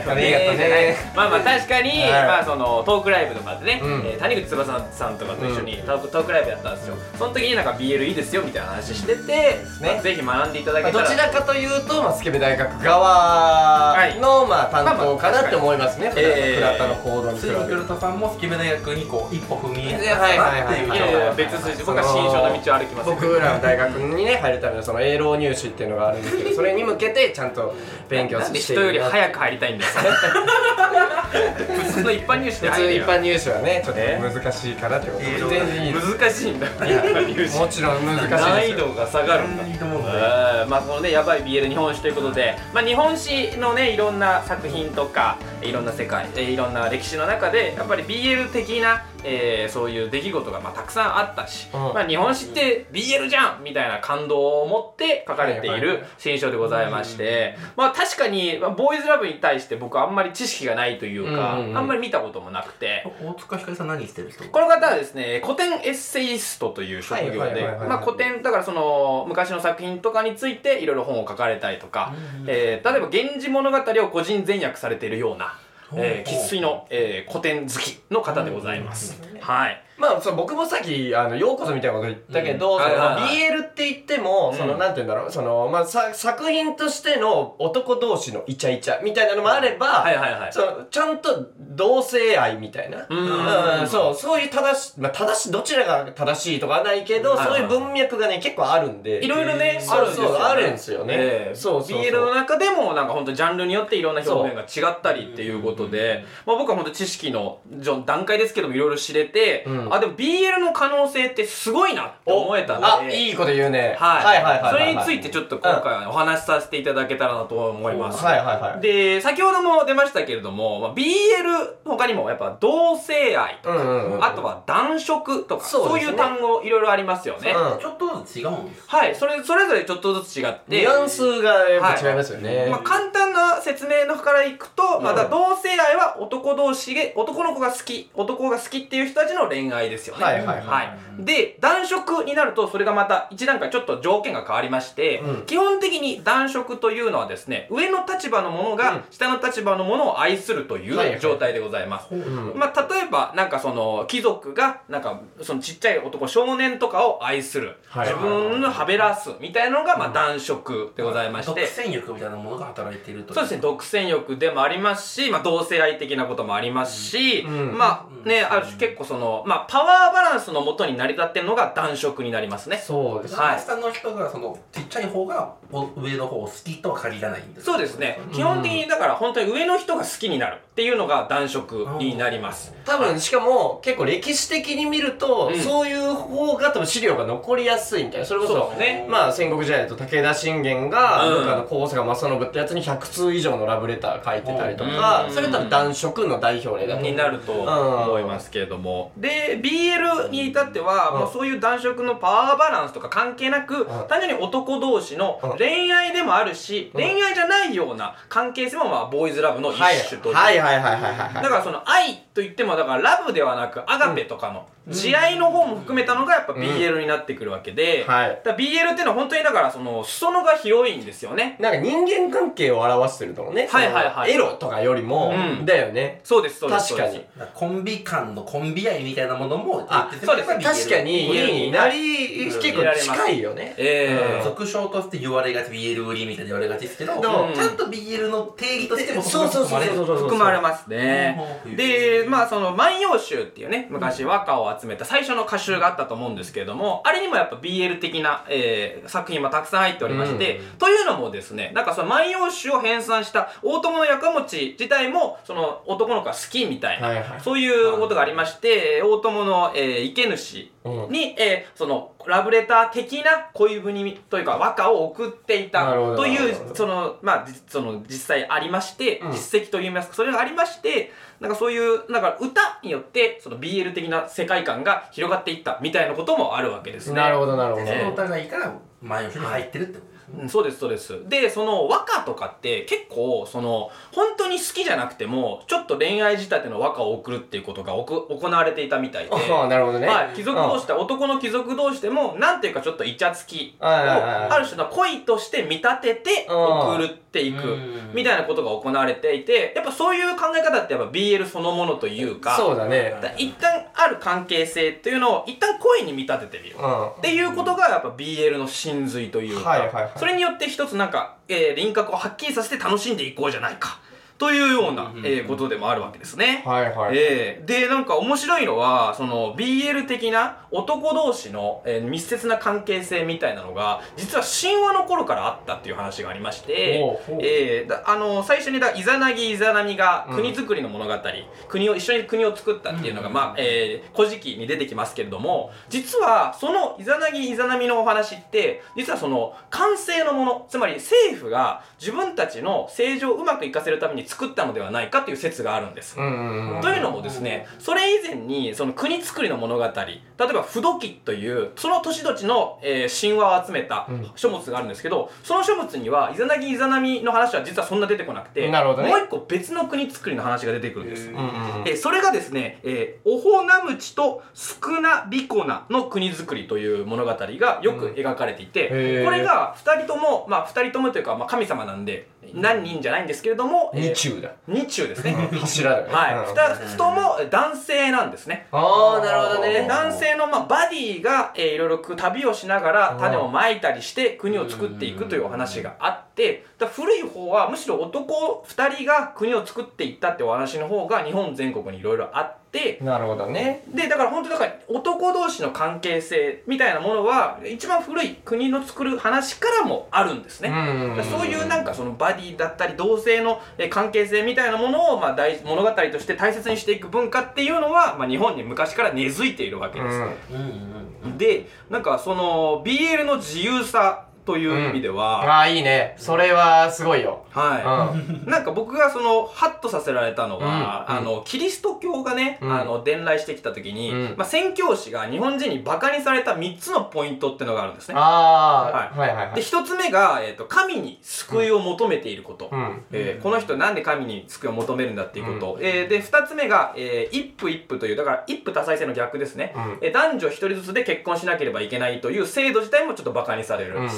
B: とうね
A: まあまあ確 かに、
B: い
A: まあそのトークライブとかでね、
B: うん
A: えー谷口翼さんとかと一緒にトーク,、トークライブやったんですよその時になんか BL いいですよみたいな話してて、まあぜひ学んでいただけ
B: まあ
A: たら
B: どちらかというと、まあ、スケベ大学側の、まあ、担当かなって思いますね、
A: ええ
B: 倉田の行動に比べ
C: つい
B: る
C: に黒田さんもスケベ大学にこう一歩踏み入れ
B: いやはいはい
C: っ
B: は
C: てい
B: いうはい
A: やいや別筋僕は新書の道を歩きますよ
B: 僕らの大学にね入るためのその英老入試っていうのがあるんですけどそれに向けてちゃんと勉強
A: なんで
B: して
A: 人
B: いる
A: より早く入りたいん ですか普通の一般入試で
B: 普
A: 入
B: 通
A: れ
B: 一
A: よ
B: 般入試はねちょっと難しいかなってこと
C: ええ
B: 全然いいです
A: 難しいんだ一般入試
B: もちろん難しいです
A: 難易度が下がるんだ
C: いいと思うんだよ
A: うんまあそのねやばい BL 日本史ということで、まあ、日本史のねいろんな作品とかいろんな世界えーいろんな歴史の中でやっぱり BL 的な、えーそういう出来事がまあたくさんあったし、
B: うん
A: まあ、日本史って BL じゃんみたいな感動を持って書かれている新書でございまして、まあ、確かにまあボーイズラブに対して僕あんまり知識がないというか、
B: うんうんうん
A: あんまり見たこともなくて。
C: 大塚ひかりさん何してる人
A: この方はですね古典エッセイストという職業
B: はいはい
A: で
B: はいはい
A: まあ古典だからその昔の作品とかについていろいろ本を書かれたりとか、えー例えば「源氏物語」を個人全訳されているようなえー生粋、の、えー古典好きの方でございます。はい、
B: まあ、そう僕もさっきあの「ようこそ」みたいなこと言ったけど、
A: うん
B: その
A: はいはいはい
B: BL って言っても、
A: うん
B: そのなんて言うんだろうその、まあ、さ作品としての男同士のイチャイチャみたいなのもあれば、
A: はいはいはい
B: そのちゃんと同性愛みたいな、
A: うん
B: うんそうそういう正し、まあ、正しどちらが正しいとかはないけど、
A: はいはいはい
B: そういう文脈がね結構あるんで
A: いろいろね、
B: そ
A: あ
B: う
A: るんです
B: そう
A: よ、ね。
B: あるんですよね
A: ええ
B: そうそうそう
A: BL の中でも、なんか本当ジャンルによっていろんな表現が違ったりっていうことで、まあ僕は本当知識のじょ段階ですけどもいろいろ知れて、
B: うん
A: あ、でも BL の可能性ってすごいなって思えた
B: あ
A: ので、
B: いいこと言うね、
A: はい、
B: はいはいはいはい
A: それについてちょっと今回はお話しさせていただけたらなと思います。
B: はいはいはい
A: で、先ほども出ましたけれども、まあ、BL 他にもやっぱ同性愛と
B: う
A: か、
B: んうんうん
A: あとは男色とか、
B: そ
A: そうう
B: ですね
A: いう単語いろいろありますよね。
B: うん
C: ちょっとずつ違うんです
A: はい、それ、それぞれちょっとずつ違って。
B: ニュアンスがやっぱ違いますよね、
A: まあ、簡単な説明のからいくと、まあだから同性愛は男同士で男の子が好き男が好きっていう人たちの恋愛ですよね。
B: はいはいはい
A: で男色になるとそれがまた一段階ちょっと条件が変わりまして、
B: うん
A: 基本的に男色というのはですね上の立場の者
B: う
A: が
B: ん
A: 下の立場の者を愛するとい
B: はいは
A: う
B: い
A: 状態でございます。
B: うん
A: まあ、例えばなんかその貴族がなんかそのちっちゃい男少年とかを愛する、
B: はいはい
A: 自分のはべらすみたいなのがまあ男色でございまして、
C: 独占欲みたいなものが働いているとい
A: そうですね独占欲でもありますし、まあ、同性愛的なこともありますし、
B: うん
A: まあね、
C: うん
A: ある種結構その、まあ、パワーバランスのもとに成り立ってるのが男色になりますね
B: そうですね
A: はい
C: 下の人がそのちっちゃい方がお上の方を好きとは限らないんです
A: そうですね基本的にだから本当に上の人が好きになるっていうのが男色になります
B: 多分しかも結構歴史的に見ると、
A: うん
B: そういう方が多分資料が残りやすいみたいなそれこそ
A: そうですね
B: まあ戦国時代だと武田信玄が、
A: うん
B: 僕あの高坂正信ってやつに100通以上のラブレター書いてたりとか、
A: うん
B: それ多分男色の代表例だと思う
A: になると思いますけれども、で BL に至っては、
B: うん
A: もうそういう男色のパワーバランスとか関係なく、
B: ん
A: 単純に男同士の
B: うん
A: 恋愛でもあるし、
B: うん
A: 恋愛じゃないような関係性もまあボーイズラブの一
B: はい
A: 種というか
B: はいはいはいはいはいはい
A: だからその愛と言ってもだからラブではなくアガペとかの慈愛の方も含めたのがやっぱ BL になってくるわけで、
B: はい
A: だから BL っていうのは本当にだからその裾野が広いんですよね
B: なんか人間関係を表してるともね、
A: はいはいはい
B: そのエロとかよりも、
A: うん
B: だよね
A: そうですそうです
B: 確かに
C: コンビ間のコンビ愛みたいなものも
B: あ
A: そうです
B: 確かに
A: 言える
B: 家になり
C: うん
B: 結構近いよね
A: ええ
C: 俗称として言われがち BL 売りみたいに言われがちですけど、
A: うん
C: ちゃんと BL の定義としても
B: そうそうそうそうそうそう
A: 含まれますね
C: うん
A: でまあその「万葉集」っていうね昔和歌を集めた最初の歌集があったと思うんですけれどもあれにもやっぱ BL 的な、えー作品もたくさん入っておりまして、というのもですねなんかその「万葉集」を編纂した大友のやかもち自体もその男の子が好きみたいな
B: はいはい
A: そういうことがありまして、大友の、えー、池主に、えーそのラブレター的な恋文というか和歌を送っていた
B: なるほど
A: とい
B: なるほ
A: うその,、まあ、じその実際ありまして、実績といいますかそれがありましてなんかそういうなんか歌によってその BL 的な世界観が広がっていったみたいなこともあるわけですね。
B: なるほどなるほど、
C: でそのお互いから前の人に入ってるってことですね
A: うんそうですそうですでその和歌とかって結構その本当に好きじゃなくてもちょっと恋愛仕立ての和歌を送るっていうことがおく行われていたみたいで、
B: ああなるほどね、
A: はい、貴族同士で男の貴族同士でもなんていうかちょっとイチャつきを
B: はいはいはい
A: ある種の恋として見立てて送るっていく
C: うん
A: みたいなことが行われていてやっぱそういう考え方ってやっぱ BL そのものというか
B: そうだね
A: だ一旦ある関係性っていうのを一旦恋に見立ててみよう
B: うんは
A: っていうことがやっぱ BL の真髄というか、
B: はいはいはい
A: それによって一つなんか、えー輪郭をはっきりさせて楽しんでいこうじゃないかというような、
C: うんうんうん
A: えーことでもあるわけですね
B: い。はい、
A: えーでなんか面白いのはその BL 的な男同士の、えー密接な関係性みたいなのが実は神話の頃からあったっていう話がありまして
B: おうほう、
A: えーだあの最初にだイザナギイザナミが国づくりの物語、国を一緒に国を作ったっていうのが、
C: うん
A: まあえー古事記に出てきますけれども実はそのイザナギイザナミのお話って実はその完成のものつまり政府が自分たちの政治をうまくいかせるために作ったのではないかっていう説があるんです。
B: うんうんうん
A: というのもですねそれ以前にその国作りの物語例えば「不土記」というその年々の、えー神話を集めた書物があるんですけど、その書物にはイザナギイザナミの話は実はそんな出てこなくて
B: なるほどね
A: もう一個別の国作りの話が出てくるんです。
C: へー
B: うんうんうん
A: えーそれがですね、えーオホナムチとスクナビコナの国づくりという物語がよく描かれていて、
B: へー
A: これが2人ともまあ2人ともというか、まあ、神様なんで何人じゃないんですけれども、えー
B: 日中だ
A: 日中ですね
B: 柱だよね
A: はい、
B: うん
A: ふた人も男性なんですね。
B: ああなるほど
A: で
B: ね
A: 男性の、まあ、バディが、えーいろいろく旅をしながら種をまいたりして国を作っていくというお話があってだから古い方はむしろ男2人が国を作っていったってお話の方が日本全国にいろいろあって
B: なるほどね
A: でだから本当だから男同士の関係性みたいなものは一番古い国の作る話からもあるんですね。
B: んん
A: そういうなんかそのバディだったり同性のえー関係性みたいなものをまあ大物語として大切にしていく文化っていうのはまあ日本に昔から根付いているわけ
B: う
A: で
B: ん
C: うんうんうん
A: す。でなんかその BL の自由さという意味では、
B: ああいいねそれはすごいようん
A: は
B: はい
A: い、なんか僕がそのハッとさせられたのは、
B: うん
A: あのキリスト教がね、
B: うん
A: あの伝来してきた時に、
B: うん
A: まあ、宣教師が日本人にバカにされた3つのポイントってのがあるんですね。
B: ああはいはいは
A: で
B: い
A: 1つ目が、えー、と神に救いを求めていること。
B: うん
A: えーこの人なんで神に救いを求めるんだっていうこと、えーで2つ目が、えー一夫一夫というだから一夫多妻制の逆ですね、
B: うん
A: えー男女一人ずつで結婚しなければいけないという制度自体もちょっとバカにされる、
B: うん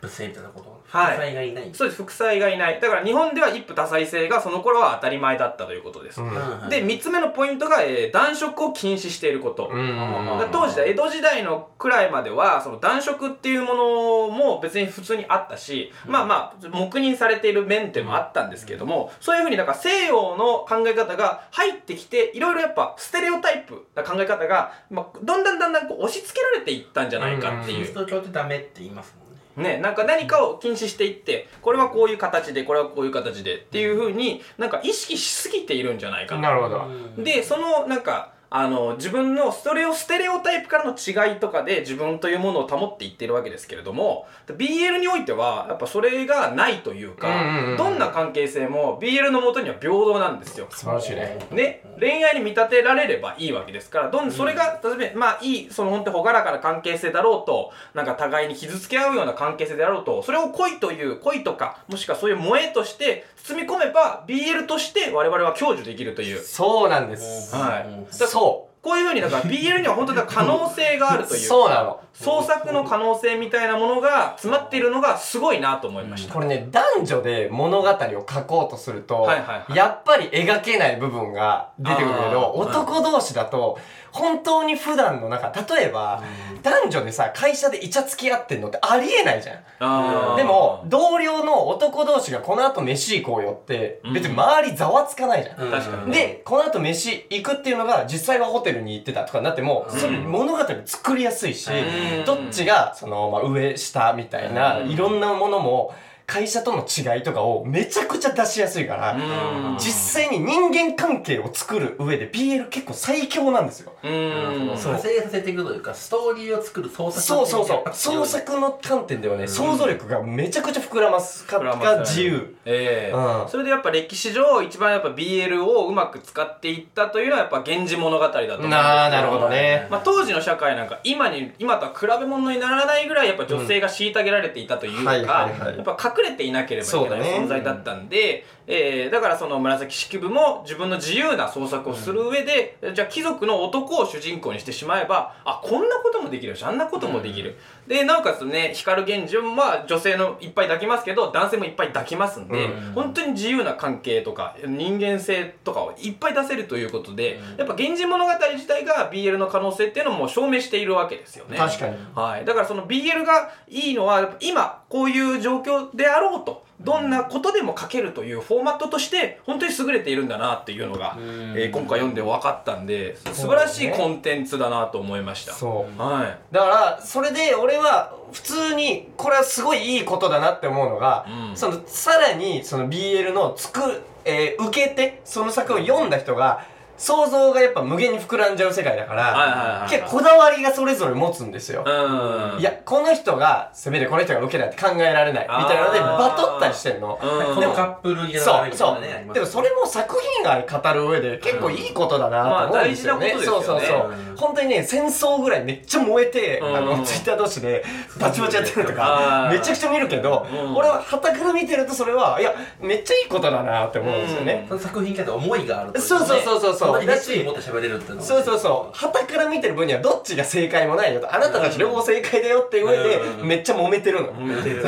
C: 不正みたいなこと
A: はい
C: 不正がいない
A: そうです副妻がいないだから日本では一夫多妻制がその頃は当たり前だったということです、
B: うん
C: うん
A: で3つ目のポイントが、えー男色を禁止していること、
B: うんうん
A: だから当時だ江戸時代のくらいまではその男色っていうものも別に普通にあったし、まあまあ黙認されている面でもあったんですけれども、そういうふうになんか西洋の考え方が入ってきていろいろやっぱステレオタイプな考え方が、まあ、どんどんだんだんこう押し付けられていったんじゃないかって
C: キ
A: い
C: リ
A: う
C: スト教ってダメって言いますもんね
A: ね、なんか何かを禁止していってこれはこういう形でこれはこういう形でっていうふうになんか意識しすぎているんじゃないかな
B: なるほど
A: でそのなんかあの自分のストレオステレオタイプからの違いとかで自分というものを保っていってるわけですけれども BL においてはやっぱそれがないというか、
B: うんうんうん
A: どんな関係性も BL のもとには平等なんですよ。
B: 素晴らしいね
A: ね、恋愛に見立てられればいいわけですからどんそれが例えばまあいいその本当に朗らかな関係性だろうとなんか互いに傷つけ合うような関係性であろうとそれを恋という恋とかもしくはそういう萌えとして包み込めば BL として我々は享受できるという
B: そうなんです
A: はい
C: い
B: そ
A: こういうふうにだから BL には本当に可能性がある
B: う
A: という
B: そうなの
A: 創作の可能性みたいなものが詰まっているのがすごいなと思いました、
B: これね男女で物語を書こうとすると、
A: はいはいは
B: やっぱり描けない部分が出てくるけど
A: あー
B: 男同士だと本当に普段の中例えば、男女でさ会社でイチャつき合ってんのってありえないじゃん。
A: あー
B: でも同僚の男同士がこの後飯行こうよって別に周りざわつかないじゃん。
A: ん確かに
B: で、この後飯行くっていうのが実際はホテルに行ってたとかになっても、それ物語作りやすいし、
A: うん
B: どっちがその、まあ、上下みたいな、
A: うん
B: いろんなものも会社との違いとかをめちゃくちゃ出しやすいから、
A: うん
B: 実際に人間関係を作る上で BL 結構最強なんですよ。
A: うん
C: 派生させていくというかストーリーを作る創作
B: そうそうそう。創
C: 創作
B: 作の観点ではね、想像力がめちゃくちゃ膨らますか
A: 膨らますね
B: が自由。
A: ええ
B: うん
A: それでやっぱ歴史上一番やっぱ BL をうまく使っていったというのはやっぱ「源氏物語」だと思うんですけ
B: なあ、なるほどね。
A: まあ、当時の社会なんか今に今とは比べ物にならないぐらいやっぱ女性が虐げられていたというか、
B: はいはいはい
A: やっぱ隠れていなければい
B: そ
A: け
B: う
A: な
B: だ
A: い
B: ね
A: 存在だったんで、えーだからその紫式部も自分の自由な創作をする上で、じゃあ貴族の男を主人公にしてしまえばあこんなこともできるしあんなこともできる、でなおかつね光源氏もまあ女性のいっぱい抱きますけど男性もいっぱい抱きますんで、本当に自由な関係とか人間性とかをいっぱい出せるということで、やっぱ「源氏物語」自体が BL の可能性っていうのももう証明しているわけですよね。
B: 確かに。
A: はい、だからその BL がいいのはやっぱ今こういう状況であろうとどんなことでも書けるというフォーマットとして本当に優れているんだなっていうのが、えー今回読んで分かったんで素晴らしいコンテンツだなと思いました。
B: そう。
A: はい
B: だからそれで俺は普通にこれはすごいいいことだなって思うのが、
A: うん
B: そのさらにその BL のつく、えー受けてその作を読んだ人が想像がやっぱ無限に膨らんじゃう世界だから、
A: はいはいはい
B: 結構こだわりがそれぞれ持つんですよ。
A: うん
B: いやこの人が攻めでこの人が受けだって考えられないみたいなので
A: あー
B: バトったりしてんの。
A: うん
C: このカップルに
B: そうそ
C: ねありま
B: う。
C: す
B: でもそれも作品が語る上で結構いいことだなと思うんですよね。
A: うんまあ大事なことですよね
B: そうそうそう。本当にね、戦争ぐらいめっちゃ燃えて、
A: うん
B: あの、ツイッター同 士でバチバチやってるのと
A: う
B: か
A: ん、
B: めちゃくちゃ見るけど
A: うん、
B: 俺は旗から見てるとそれは、いや、めっちゃいいことだなって思うんですよね。
C: その作品に対して思いがあるといね
B: そうそうそうそう
C: そんなに熱意持って喋れるっていうのは
B: そうそうそう。旗から見てる分にはどっちが正解もないよと、あなたたち両方正解だよっていう上で
C: う、ん
B: めっちゃ揉めてるの。
A: 揉めてる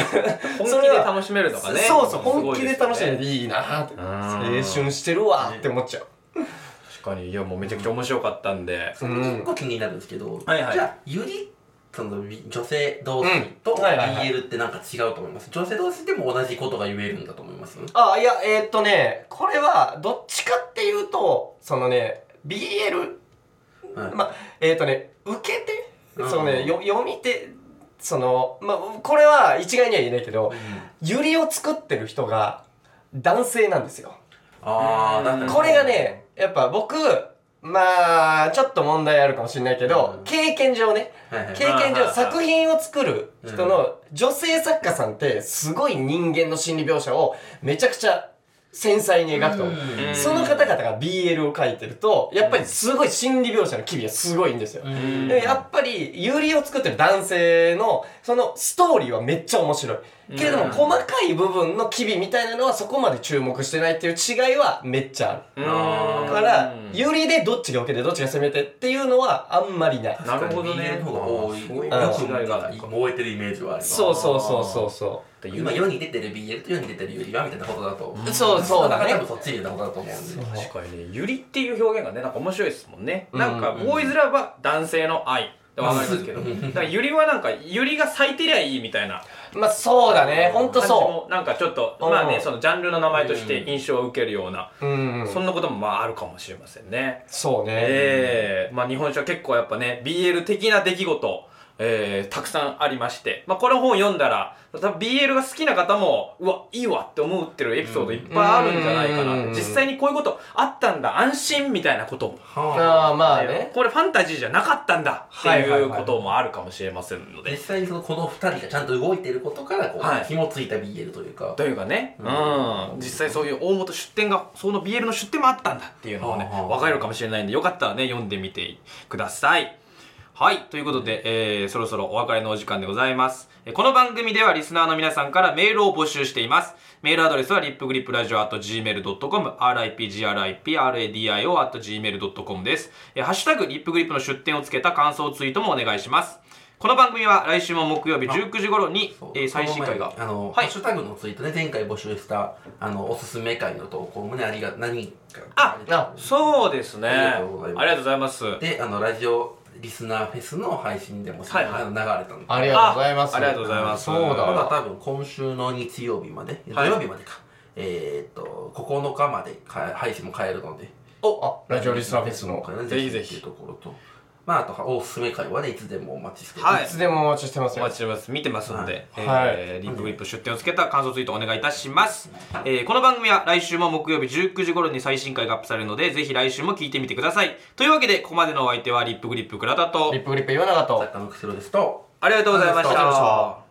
A: 本
B: そ
A: 気
B: れ
A: で
B: は
A: 楽しめるとかね
B: そうそう、
A: すご
B: 本気
A: い
B: です
A: よね
B: 楽しんでいいなって。青春してるわって思っちゃう。
A: 確かにいやもうめちゃくちゃ面白かったんで
C: その一個気になるんですけど、
A: はいはい
C: じゃあゆりそのび女性同士と
B: うんはいはいはい
C: BL ってなんか違うと思います、女性同士でも同じことが言えるんだと思います
B: あ、いや、えーっとね、これは、どっちかっていうと、そのね、BL、
C: はい
B: まあ、えーっとね、受けて、
C: うん
B: そのね、よ読み手、その、まあ、これは一概には言えないけど、ユリを作ってる人が男性なんですよ。
C: ああだ
B: これがね、やっぱ僕、まあ、ちょっと問題あるかもしれないけど、
C: うん
B: 経験上ね、
C: はいはい
B: 経験
A: うん
B: 上作品を作る人の女性作家さんってすごい人間の心理描写をめちゃくちゃ繊細に描くと思う。
A: ん
B: その方々が BL を書いてると、やっぱりすごい心理描写の機微がすごいんですよ。
A: ん
B: でやっぱり、ユリを作ってる男性の、そのストーリーはめっちゃ面白い。けれど
A: うん
B: も、細かい部分の機微みたいなのはそこまで注目してないっていう違いはめっちゃある。
A: うん
C: あ
B: だから、有利でどっちが受けてどっちが攻めてっていうのはあんまりない。
A: なるほどね
C: BL の方が多い
A: そういう
C: よ
A: 違いがある
C: く燃えてるイメージはあります
B: そうそうそうそうそ
C: 今世に出てる BL と世に出てるよりはみたいなことだと
B: う。そうそうだ
C: 多
B: ね
C: 分。そっちに言ったことだと思うんで
A: 確かにね「ゆり」っていう表現がねなんか面白いですもんね、
B: うん
A: なんかボーイズラブは男性の愛ってわかりますけど、
C: うん
A: だからゆりはなんかゆりが咲いてりゃいいみたいな
B: まあそうだね。ほんと
A: 感じ
B: そ
A: もなんかちょっと
B: うん
A: まあねそのジャンルの名前として印象を受けるような、
B: う。うんうん。
A: そんなこともまああるかもしれませんね、
B: そうね。
A: ええまあ日本史は結構やっぱね BL 的な出来事えー、たくさんありまして、まあ、この本読んだら多分 BL が好きな方もうわいいわって思ってるエピソードいっぱいあるんじゃないかな
B: うん
A: 実際にこういうことあったんだ安心みたいなことも
B: ああまあ
A: ね
B: ね。
A: これファンタジーじゃなかったんだって
B: はいはい
A: い
B: は
A: う
B: い
A: こともあるかもしれませんの
C: 実
A: で。
C: 際にそのこの二人がちゃんと動いてることからこう、
A: はい
C: 紐ついた BL というか
A: というかね、うん、実際そういう大元出店が、その BL の出店もあったんだっていうのをね、
C: はあはあ
A: わかるかもしれないんで、よかったらね、読んでみてください。はい。ということで、えー、そろそろお別れのお時間でございます。えーこの番組ではリスナーの皆さんからメールを募集しています。メールアドレスはリップグリップラジオ .gmail.com、ripgripradio .gmail.com です。えーハッシュタグ、リップグリップの出店をつけた感想ツイートもお願いします。この番組は来週も木曜日19時頃に
C: そう、
A: えー最新回が
C: その前にあの、
A: はい
C: ハッシュタグのツイートで前回募集したあのおすすめ会の投稿もねありが何人か
A: あ
B: あ
A: そうですね。あ
C: ありがとうござい
A: り
C: ます
A: がとうございます。
C: であのラジオリスナーフェスの配信でも、
A: はいはい
C: あの流れたの
B: ありがとうございます。
A: あありがとうございます。
B: そう
C: まだ
B: だ。
C: 多分今週の日曜日まで、
A: はい
C: 土曜日までかえー、っと9日までか配信も変えるので
B: お、あ、ラジオリスナーフェスの。
C: これね
A: ぜひぜひ
C: っていうところとまああとはおすすめ会はねいつでもお待ちして
A: はい
B: いつでもお待ちしてます
A: お
B: よ
A: 待ちしてます見てますので、え
B: はい
A: ーリップグリップ出店をつけた感想ツイートお願いいたします、えーこの番組は来週も木曜日19時頃に最新回がアップされるのでぜひ来週も聞いてみてくださいというわけでここまでのお相手はリップグリップ倉田と
B: リップグリップ言わなかった
C: 作家のくしろですと
A: ありがとうございま
C: ありがとうございま
A: し
C: したた